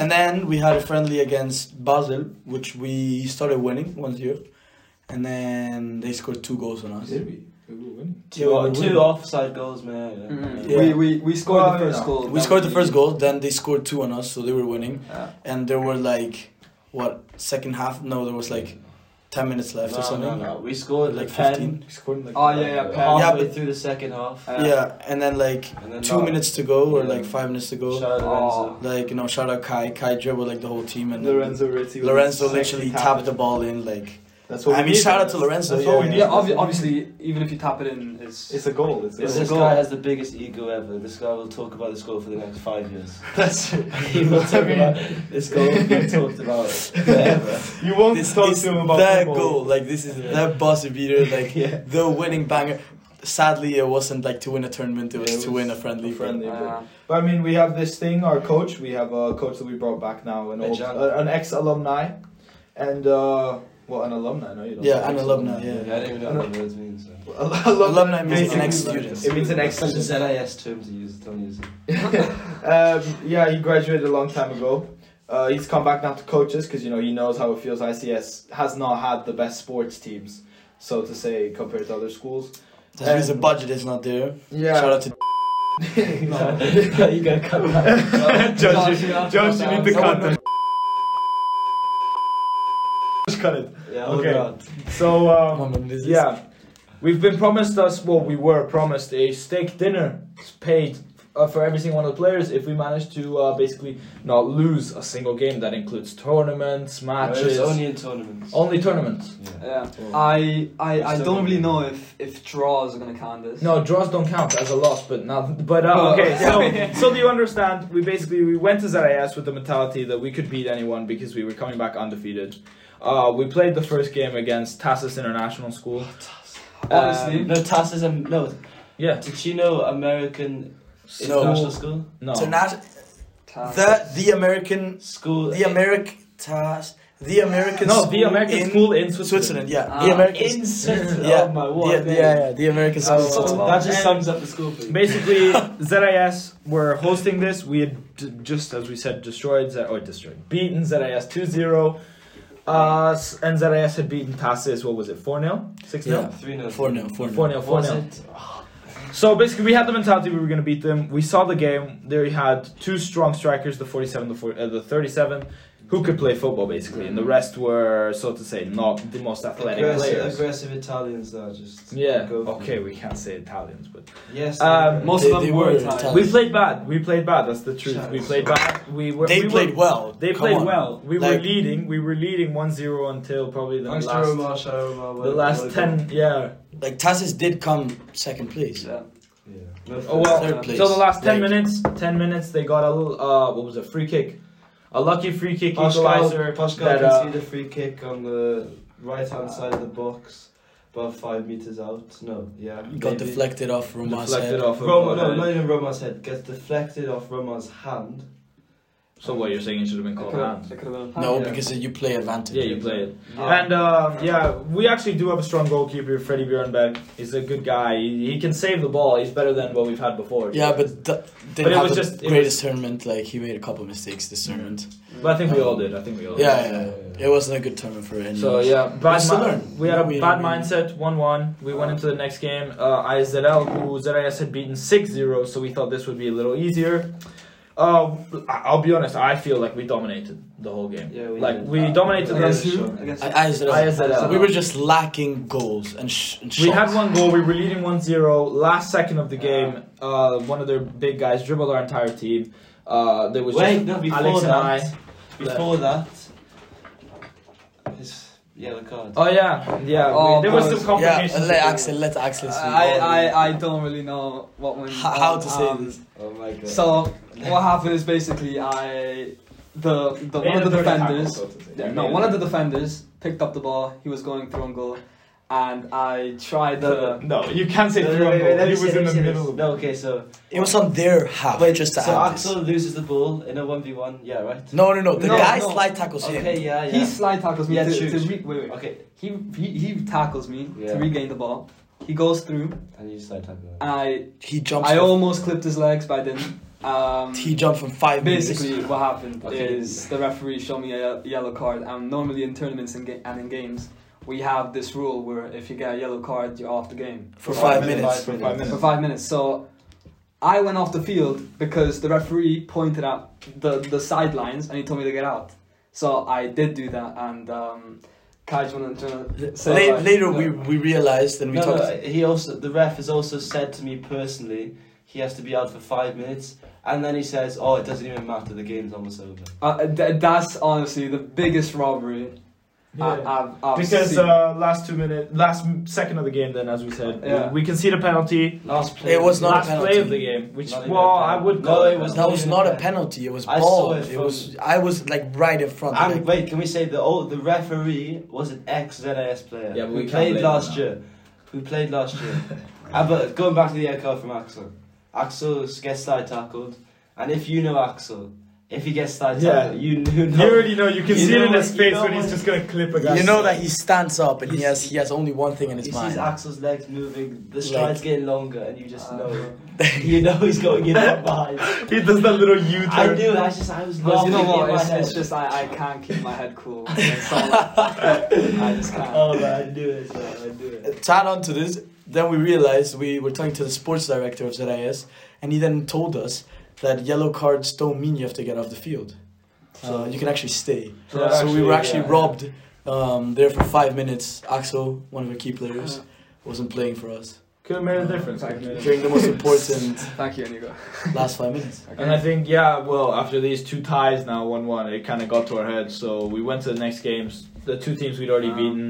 C: And then we had a friendly against Basel, which we started winning 1-0. And then they scored two goals on us.
D: Did we? We were winning.
C: Yeah, we were
F: Two, two
C: winning.
F: offside goals, man. Yeah.
D: Mm-hmm.
E: Mhm.
C: Yeah.
E: We, we, we scored
D: Well,
E: the first
D: yeah.
E: goal.
C: We scored the first goal, then they scored two on us, so they were winning.
E: Yeah.
C: And there were like, what, second half? No, there was like 10 minutes left or
F: No,
C: something.
F: no, no. We scored
C: Like
F: like pen
C: 15.
D: We scored in, like
E: Oh, yeah, yeah, pen.
C: Yeah,
F: halfway
C: but-
F: through the second half.
E: Uh,
C: Yeah, and then like
F: And then
C: two
F: that-
C: minutes to go or
F: Yeah.
C: like five minutes to go.
F: Shout out Lorenzo.
C: Like, you know, shout out Kai. Kai dribbled like the whole team. and
D: <laughs> Lorenzo Rizzi. was
C: Lorenzo
D: sexy
C: literally
D: tap.
C: tapped the ball in. Like,
D: That's what
C: I
D: we
C: mean,
D: need.
C: shout out to Lorenzo.
D: That's what we
C: yeah.
D: need.
E: Yeah, obvi- obviously, even if you tap it in, it's.
D: It's a goal. It's a
F: This,
D: goal.
F: this guy has the biggest ego ever. This guy will talk about this goal for the next five <laughs> years.
D: <laughs> That's
C: <laughs>
D: it.
F: he will talk about this
D: <laughs>
F: goal being talked about
C: <laughs>
F: forever.
D: You won't
C: This
D: talk
C: is
D: to him about
C: the
D: football.
C: goal. Like, this is the buzzer beater.
D: <laughs>
C: Like, the winning banger. Sadly, it wasn't like to win a tournament. It
D: Yeah,
C: was,
D: it
C: to
D: was
C: win a
D: a
C: friendly. but-
D: friendly.
E: uh,
D: But I mean, we have this thing, our coach. We have a coach that we brought back now, an, old,
F: Ajahn.
D: uh, an ex alumni. And, uh, well, an alumni, no? You don't
C: Yeah,
D: say
C: an
D: ex-alumni.
C: alumni.
F: Yeah, I
C: Yeah.
F: don't even know what the words mean. So.
D: <laughs> alumni
C: means
D: basically-
C: an ex-student.
D: It means an ex
F: Such a
D: student.
F: ZIS term to use. Don't use it.
D: um, yeah, he graduated a long time ago. Uh, he's come back now to coaches because you know he knows how it feels. ICS has not had the best sports teams, so to say, compared to other schools.
C: That's because the budget is not there.
D: Yeah,
C: Shout out to
B: <laughs>
F: you gotta cut that.
E: Josh, you have
B: Josh,
E: to cut
B: you need
E: that.
B: to cut
E: Someone-
B: that. Just cut it.
F: Yeah,
D: Okay.
F: okay. God.
B: So, um,
C: Mom, this is-
B: yeah, we've been promised us, well, we were promised a steak dinner paid uh, for every single one of the players if we manage to uh, basically not lose a single game. That includes tournaments, matches.
F: It's only in tournaments.
C: Oh.
B: only tournaments.
F: Yeah.
E: Yeah. I, I, I
F: Still
E: don't really
F: good.
E: know if, if draws are going to count this.
B: No, draws don't count as a loss, but not. But uh, <laughs>
E: Oh.
B: okay, so so do you understand? We basically we went to ZIS with the mentality that we could beat anyone because we were coming back undefeated. Uh, we played the first game against Tassis International School.
E: Honestly,
F: Um, No, TAS is a no.
B: Yeah,
F: Did you know American
C: no.
F: International School?
B: no.
C: Interna-
E: Tass.
C: the the American
F: School.
C: the American the American
B: no, the American
C: in
B: school in Switzerland.
C: Switzerland. yeah
E: Ah,
C: the American
F: in
C: <laughs>
F: Switzerland.
C: Yeah.
F: Oh my
C: the,
F: what?
C: the- yeah yeah the American school.
F: Oh,
C: in Switzerland.
F: that just
B: And-
F: sums up the school for you.
B: Basically, ZIS were hosting this. We had d- just, as we said, destroyed Z- or destroyed, beaten ZIS 2-0. Uh, s- and ZIS had beaten Tassis. What was it? Four 0 Six 0
C: Yeah.
F: Three nil.
C: Four nil, four nil.
B: 4 0, 4
F: Was
B: 0.
F: it?
B: So basically, we had the mentality we were going to beat them. We saw the game. They had two strong strikers, the 47, the, 40, uh, the 37, who could play football basically, and the rest were, so to say, not the most athletic
F: Mm-hmm. Aggressive,
B: players.
F: aggressive Italians that just
B: Yeah.
F: Go for
B: Okay,
F: it.
B: we can't say Italians, but
F: Yes.
B: Um,
F: they're
E: most
C: They-
E: of
C: they
E: them were
C: were
E: Italian.
C: Italian.
B: we played bad. We played bad. That's the truth.
F: Shut
B: We
F: up.
B: played bad. We were.
C: they
B: we were-
C: played well
B: They
C: come
B: played
C: on.
B: well. We were
C: Like-
B: leading. We were leading 1-0 until probably the
F: Thanks to
B: last.
F: Omar, shout out Omar,
B: The
F: well-
B: last
F: well
B: ten, yeah.
C: like Tassis did come second place
E: Yeah.
F: done. Yeah.
B: Oh well.
C: third place
B: So the last ten
C: Like,
B: minutes, ten minutes, they got a little, uh, what was it, free kick, a lucky free kick
F: Pascal,
B: equalizer.
F: Pascal
B: that,
F: can
B: uh,
F: see the free kick on the right hand side of the box, about five meters out. No, yeah.
C: got
F: maybe.
C: deflected off Roma's
B: deflected
C: head
B: off. Of
F: Roma, no, not even Roma's head. Gets deflected off Roma's hand.
B: So what you're saying it should have been
E: It
B: called
E: could have
B: hands.
E: been a hand.
C: no
F: Yeah.
C: because you play advantage
B: Yeah, you play it.
E: Yeah.
B: And um, yeah, we actually do have a strong goalkeeper, Freddy Björnberg. He's a good guy. He, he can save the ball. He's better than what we've had before.
C: yeah but that didn't
B: But it
C: have
B: was Oh.
C: the
B: just- it
C: greatest tournament like he made a couple mistakes this tournament
B: But I think we all did. I think we all. Did.
C: yeah, yeah, it wasn't a good tournament for anyone
B: So yeah, bad
C: Lesson
B: mi-
C: learned.
B: we had a
C: We-
B: bad
C: we-
B: mindset, 1-1. We went into the next game, uh, ISZL, who ZIS had beaten 6-0, so we thought this would be a little easier. Uh, I- I'll be honest. I feel like we dominated the whole game.
D: Yeah, we
B: like
D: did.
B: we
D: Uh,
B: dominated them.
D: against
B: We
D: who?
E: Against
C: I, I,
B: ISL.
C: we were just lacking goals and, sh- and shots.
B: had one goal. We were leading 1-0. Last second of the game, uh, one of their big guys dribbled our entire team. Uh, there was
F: Wait,
B: just
F: no, before
B: Alex and
F: that.
B: I.
F: Before that, it's yellow card.
B: Oh yeah, yeah.
E: Oh,
B: we, there was
E: boys.
B: some
C: Yeah,
B: complications.
C: let Axel, let Axel speak.
E: I, I, I don't really know what went. um,
C: H- how to say this?
F: Oh my god.
E: So what happened is basically I the the one of the defenders yeah, no one of the defenders picked up the ball. He was going through on goal, and I tried to.
B: No, you can't say
F: No,
B: three
F: no, wait, wait,
B: on
F: let
B: goal.
F: me
B: He was
F: say-
B: in
F: let
B: the
F: me say
B: middle.
F: this.
B: of-
F: No, okay, so
C: It was on their half.
F: Wait,
C: just to
F: so
C: add this.
F: Axel loses the ball in a one v one. Yeah, right.
C: No, no, no. The
E: No,
C: guy
E: no.
C: slide tackles
F: Okay,
C: him.
F: yeah, yeah.
E: He slide tackles me
F: Yeah,
E: to,
F: shoot,
E: to
F: shoot.
E: re- wait, wait.
F: okay,
E: He, he he tackles me
F: Yeah.
E: to regain the ball. He goes through.
F: and you slide tackle.
E: And I
C: He jumps.
E: I
C: from-
E: almost clipped his legs, but I didn't. Um,
C: he jumped from five meters.
E: Basically, what happened
F: Okay.
E: is the referee showed me a ye- yellow card, and normally in tournaments and, ga- and in games, we have this rule where if you get a yellow card, you're off the game
C: for five, minutes.
B: For five minutes.
E: for five minutes. So I went off the field because the referee pointed out the, the sidelines and he told me to get out. So I did do that, and um, Kai, do you want to
C: So
E: say
C: la-
E: like-
C: later,
E: no.
C: we, we realized and we
F: no,
C: talked.
F: no, he also the ref has also said to me personally he has to be out for five minutes, and then he says, "Oh, it doesn't even matter. The game's almost over."
E: Uh, th- that's honestly the biggest robbery I, I've, I've
B: Because
E: seen.
B: uh, last two minutes, last m- second of the game, then as we said, we-
E: Yeah.
B: we, concede a penalty.
F: Last play.
C: It was not
B: last
C: a
B: play
C: penalty.
B: of the game, which
F: Not even
B: well,
F: a
B: I would
F: penalty.
B: call
F: No,
B: it
F: it was
B: penalty.
C: that was
F: even
C: not a
F: there.
C: penalty. It was
F: I
C: ball.
F: saw
C: It,
F: it from-
C: was. I was like right in front.
F: And
C: like,
F: wait, can we say the oh, the referee was an ex ZAS player
B: Yeah, but
F: who
B: we can't
F: played
B: blame him
F: last
B: now.
F: year, who played last
E: <laughs>
F: year. Ah, but going back to the echo from Axel, Axel gets side tackled, and if you know Axel, if he gets side
B: Yeah.
F: tackled, you you
B: You
F: know.
B: already know. You can
F: You
B: see
F: know
B: it in
F: what-
B: his
F: you
B: face
F: know
B: when he's
F: what-
B: just gonna clip a guy.
C: you know that he stands up and he
F: He's-
C: has he has only one thing in
F: he
C: his
F: sees
C: mind.
F: Axel's legs moving, the strides getting longer, and you just
E: Uh, <laughs>
F: know, you know he's going in from behind.
B: <laughs> he does that little U
F: I
B: turn.
F: knew. I was just, I was
E: But
F: laughing
E: you know
F: in
E: what?
F: my
E: It's,
F: head.
E: it's just I, I can't keep my head cool.
F: <laughs>
E: when it's all like- I just can't.
F: Oh man, I knew it. Man, I knew it.
C: tied on to this, then we realized we were talking to the sports director of ZIS, and he then told us that yellow cards don't mean you have to get off the field. Uh, you can actually stay. So
F: So that's
C: we were
F: actually-
C: actually
F: yeah.
C: robbed um, there for five minutes. Axel, one of our key players,
F: Uh-huh.
C: wasn't playing for us
B: Could have made a difference. could've made a
C: during the most important
E: Thank you, Inigo.
C: last five minutes.
B: And I think, yeah, well, after these two ties now, 1 1, it kind of got to our head. So we went to the next games. The two teams we'd already
E: Um,
B: beaten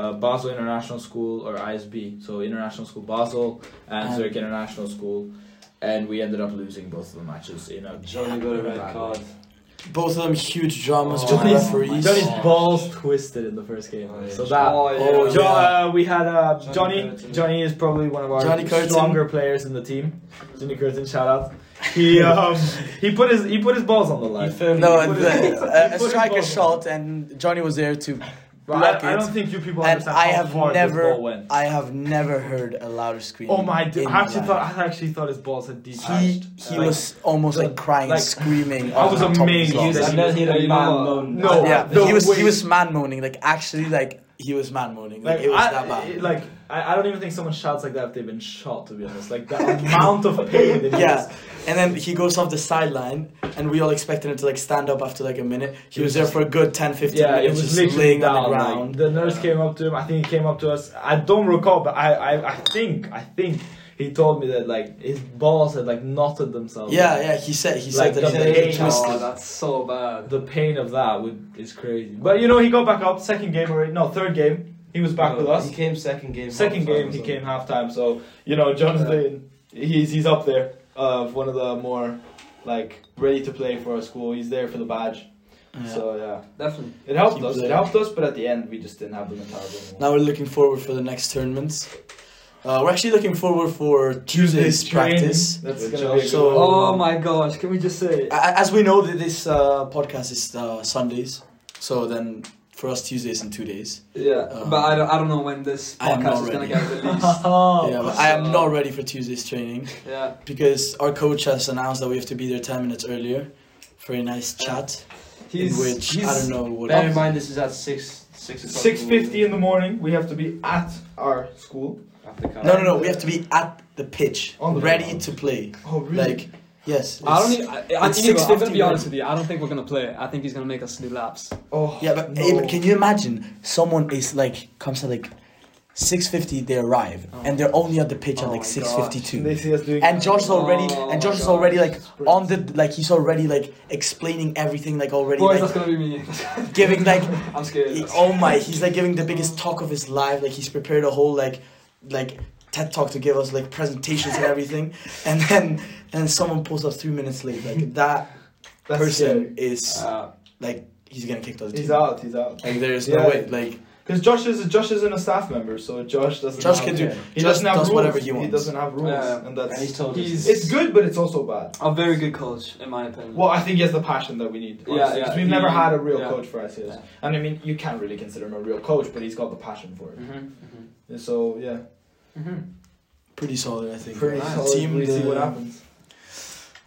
B: uh, Basel International School, or ISB, so International School Basel and
C: Um,
B: Zurich International School. And we ended up losing both of the matches in a
F: Johnny got a red
B: bad
F: card.
B: way.
C: Both of them huge dramas
F: Oh,
C: with the
B: Johnny's-
C: referees.
B: Johnny's balls twisted in the first game.
F: Oh, yeah.
B: So that.
C: Oh,
B: Jo-
C: yeah.
B: uh, we had uh,
F: Johnny
B: Johnny.
F: Curtin.
B: Johnny is probably one of our
C: Johnny Curtin.
B: stronger players in the team. Johnny Curtin, shout out. He um,
C: <laughs>
B: he put his he put his balls on the line.
F: He filmed
C: No,
F: it.
C: and
B: He put his
C: then
B: balls- he
C: a, a
B: put his
C: striker
B: balls on.
C: shot, and Johnny was there to
B: But
C: block
B: I, I
C: it.
B: don't think you people
C: And
B: understand
C: I
B: how
C: have
B: far
C: never-
B: this ball went.
C: I have never heard a louder scream.
B: Oh my! d-
C: in
B: I actually
C: life.
B: thought I actually thought his balls had
C: He,
B: detached.
C: he
B: Like,
C: was almost like crying,
B: like,
C: screaming.
B: I was
C: on top of his
B: amazed.
C: lungs.
B: He was-
F: I've never
B: he
F: heard a
E: was-
F: man
E: no,
F: moan.
B: no,
C: yeah,
B: no
C: he was
B: way.
C: he was man moaning, like actually, like he was man moaning. Like,
B: Like,
C: it was
B: I,
C: that bad.
B: it- like I, I don't even think someone shouts like that if they've been shot. To be honest, like the amount of pain. That he was-
C: yeah, and then he goes off the sideline, and we all expected him to like stand up after like a minute. He was there for a good 10,
B: <laughs>
C: 15
B: yeah, it
C: minutes,
B: was
C: just
B: literally
C: laying
B: down.
C: on the
B: like,
C: ground.
B: the nurse came up to him. I think he came up to us. I don't recall, but I, I, I think, I think he told me that like his balls had like knotted themselves.
C: yeah, yeah, he said he
B: Like,
C: said that
B: the
C: he like,
B: pain
C: get
B: of-
E: Oh,
C: twisted.
E: that's so bad.
B: The pain of that would, is crazy. But you know, he got back up. Second game already. No, third game. He was back
F: No,
C: Oh,
B: with us.
F: He came second game.
B: Second
F: half-time
B: game,
F: or
B: he
F: something.
B: came halftime. So you know, Jonathan, he's he's up there. Uh, one of the more like ready to play for our school. He's there for the badge.
C: Yeah.
B: So yeah,
E: Definitely.
B: it helped
C: Keep
B: us. It
C: playing.
B: helped us, but at the end, we just didn't have the mentality. anymore.
C: Now we're looking forward for the next tournaments. Uh, we're actually looking forward for Tuesday's practice.
B: That's
F: Good
B: gonna
F: job.
B: be a good
C: So-
B: one.
E: Oh my gosh, can we just say?
C: A- a- As we know that this uh, podcast is uh, Sundays, so then for us Tuesdays in two days.
E: Yeah,
C: Uh,
E: but I don't, I don't know when this
C: I am
E: podcast
C: not
E: is gonna
C: ready. <laughs>
E: get released.
B: Oh.
C: yeah, but I am
E: so-
C: not ready for Tuesday's training
E: yeah.
C: because our coach has announced that we have to be there ten minutes earlier for a nice chat
E: He's,
C: in which
E: he's,
C: I don't know what.
F: Bear in mind, this is at six six o'clock.
B: Six fifty in the morning, we have to be at our school.
F: After
C: No, no, no. We have to be at the pitch,
B: On the
C: ready
B: ground.
C: to play.
B: Oh
C: Like Yes.
E: I
C: it's-
E: don't. Even, I, I
C: it's
E: think it- I'm
C: 6:50,
E: gonna be honest
C: right?
E: with you. I don't think we're gonna play it. I think he's gonna make us do laps.
B: Oh,
C: Yeah, but eh, but can you imagine someone is like comes at like six fifty they arrive and they're only on the pitch at
E: Oh
C: like
E: my
C: six fifty two.
B: They see us doing
C: And Josh is already
E: Oh
C: and Josh
E: my
C: is already like
E: gosh.
C: on the like he's already like explaining everything like already
E: Boys, <laughs> that's
C: like
E: gonna be me.
C: giving
E: <laughs>
C: like
E: I'm scared.
C: he- oh my he's like giving the biggest talk of his life like he's prepared a whole like like TED talk to give us like presentations and everything <laughs> and then and someone pulls up three minutes late
E: <laughs>
C: like that
D: That's
C: person is
B: Uh,
C: like he's gonna kick the other
B: he's
C: team.
B: out. He's out.
C: Like there's
B: Yeah.
C: no way like.
B: Because Josh is Josh isn't a staff member, so Josh doesn't.
C: Josh
B: have,
C: can do-
B: He
C: Josh
B: doesn't have
C: does
B: rules.
C: whatever he wants.
B: doesn't have rules,
E: Yeah.
B: and that's
F: And he's told us.
E: He's
B: it's good, but it's also bad.
E: a very good coach, in my opinion.
B: Well, I think he has the passion that we need.
E: Yeah,
B: Honestly,
E: yeah,
B: 'cause We've
E: he-
B: never had a real
E: yeah.
B: coach for us
E: Yeah.
B: and I mean, you can't really consider him a real coach, but he's got the passion for
C: Mm-hmm.
B: it.
E: Mhm,
B: And So yeah,
E: mhm,
C: pretty solid, I think.
B: pretty
C: Right.
B: solid.
C: Team,
B: we see
C: the-
B: what happens.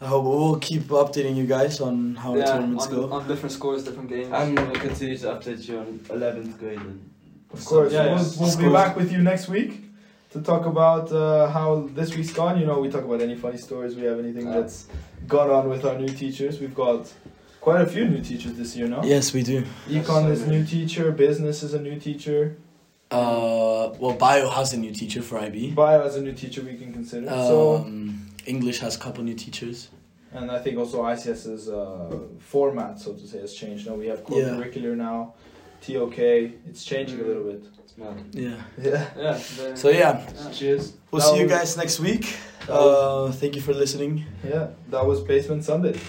C: I hope we'll keep updating you guys on how
E: mhm.
C: the
E: Yeah,
C: tournaments
E: on,
C: go.
E: on different scores, different games.
F: And we'll continue to update you on 11th grade. And
B: Of course,
F: Yeah, yeah.
B: we'll, we'll be
C: Schools.
B: back with you next week to talk about uh, how this week's gone. You know, we talk about any funny stories we have, anything
E: Uh.
B: that's gone on with our new teachers. We've got quite a few new teachers this year now.
C: Yes, we do.
B: Econ is new teacher, business is a new teacher,
C: Uh, well, bio has a new teacher for IB.
B: bio is a new teacher we can consider. so,
C: Um, English has a couple new teachers.
B: and I think also ICS's uh, format, so to say, has changed. Now we have core
C: Yeah.
B: curricular now, TOK. It's changing a
F: Mm.
B: little bit.
F: It's mad.
C: Yeah.
B: Yeah.
E: yeah, very-
C: So yeah,
F: Cheers.
C: we'll
B: That
C: see you
B: was-
C: guys next week.
B: That was-
C: Uh, thank you for listening.
B: Yeah. That was Basement Sunday.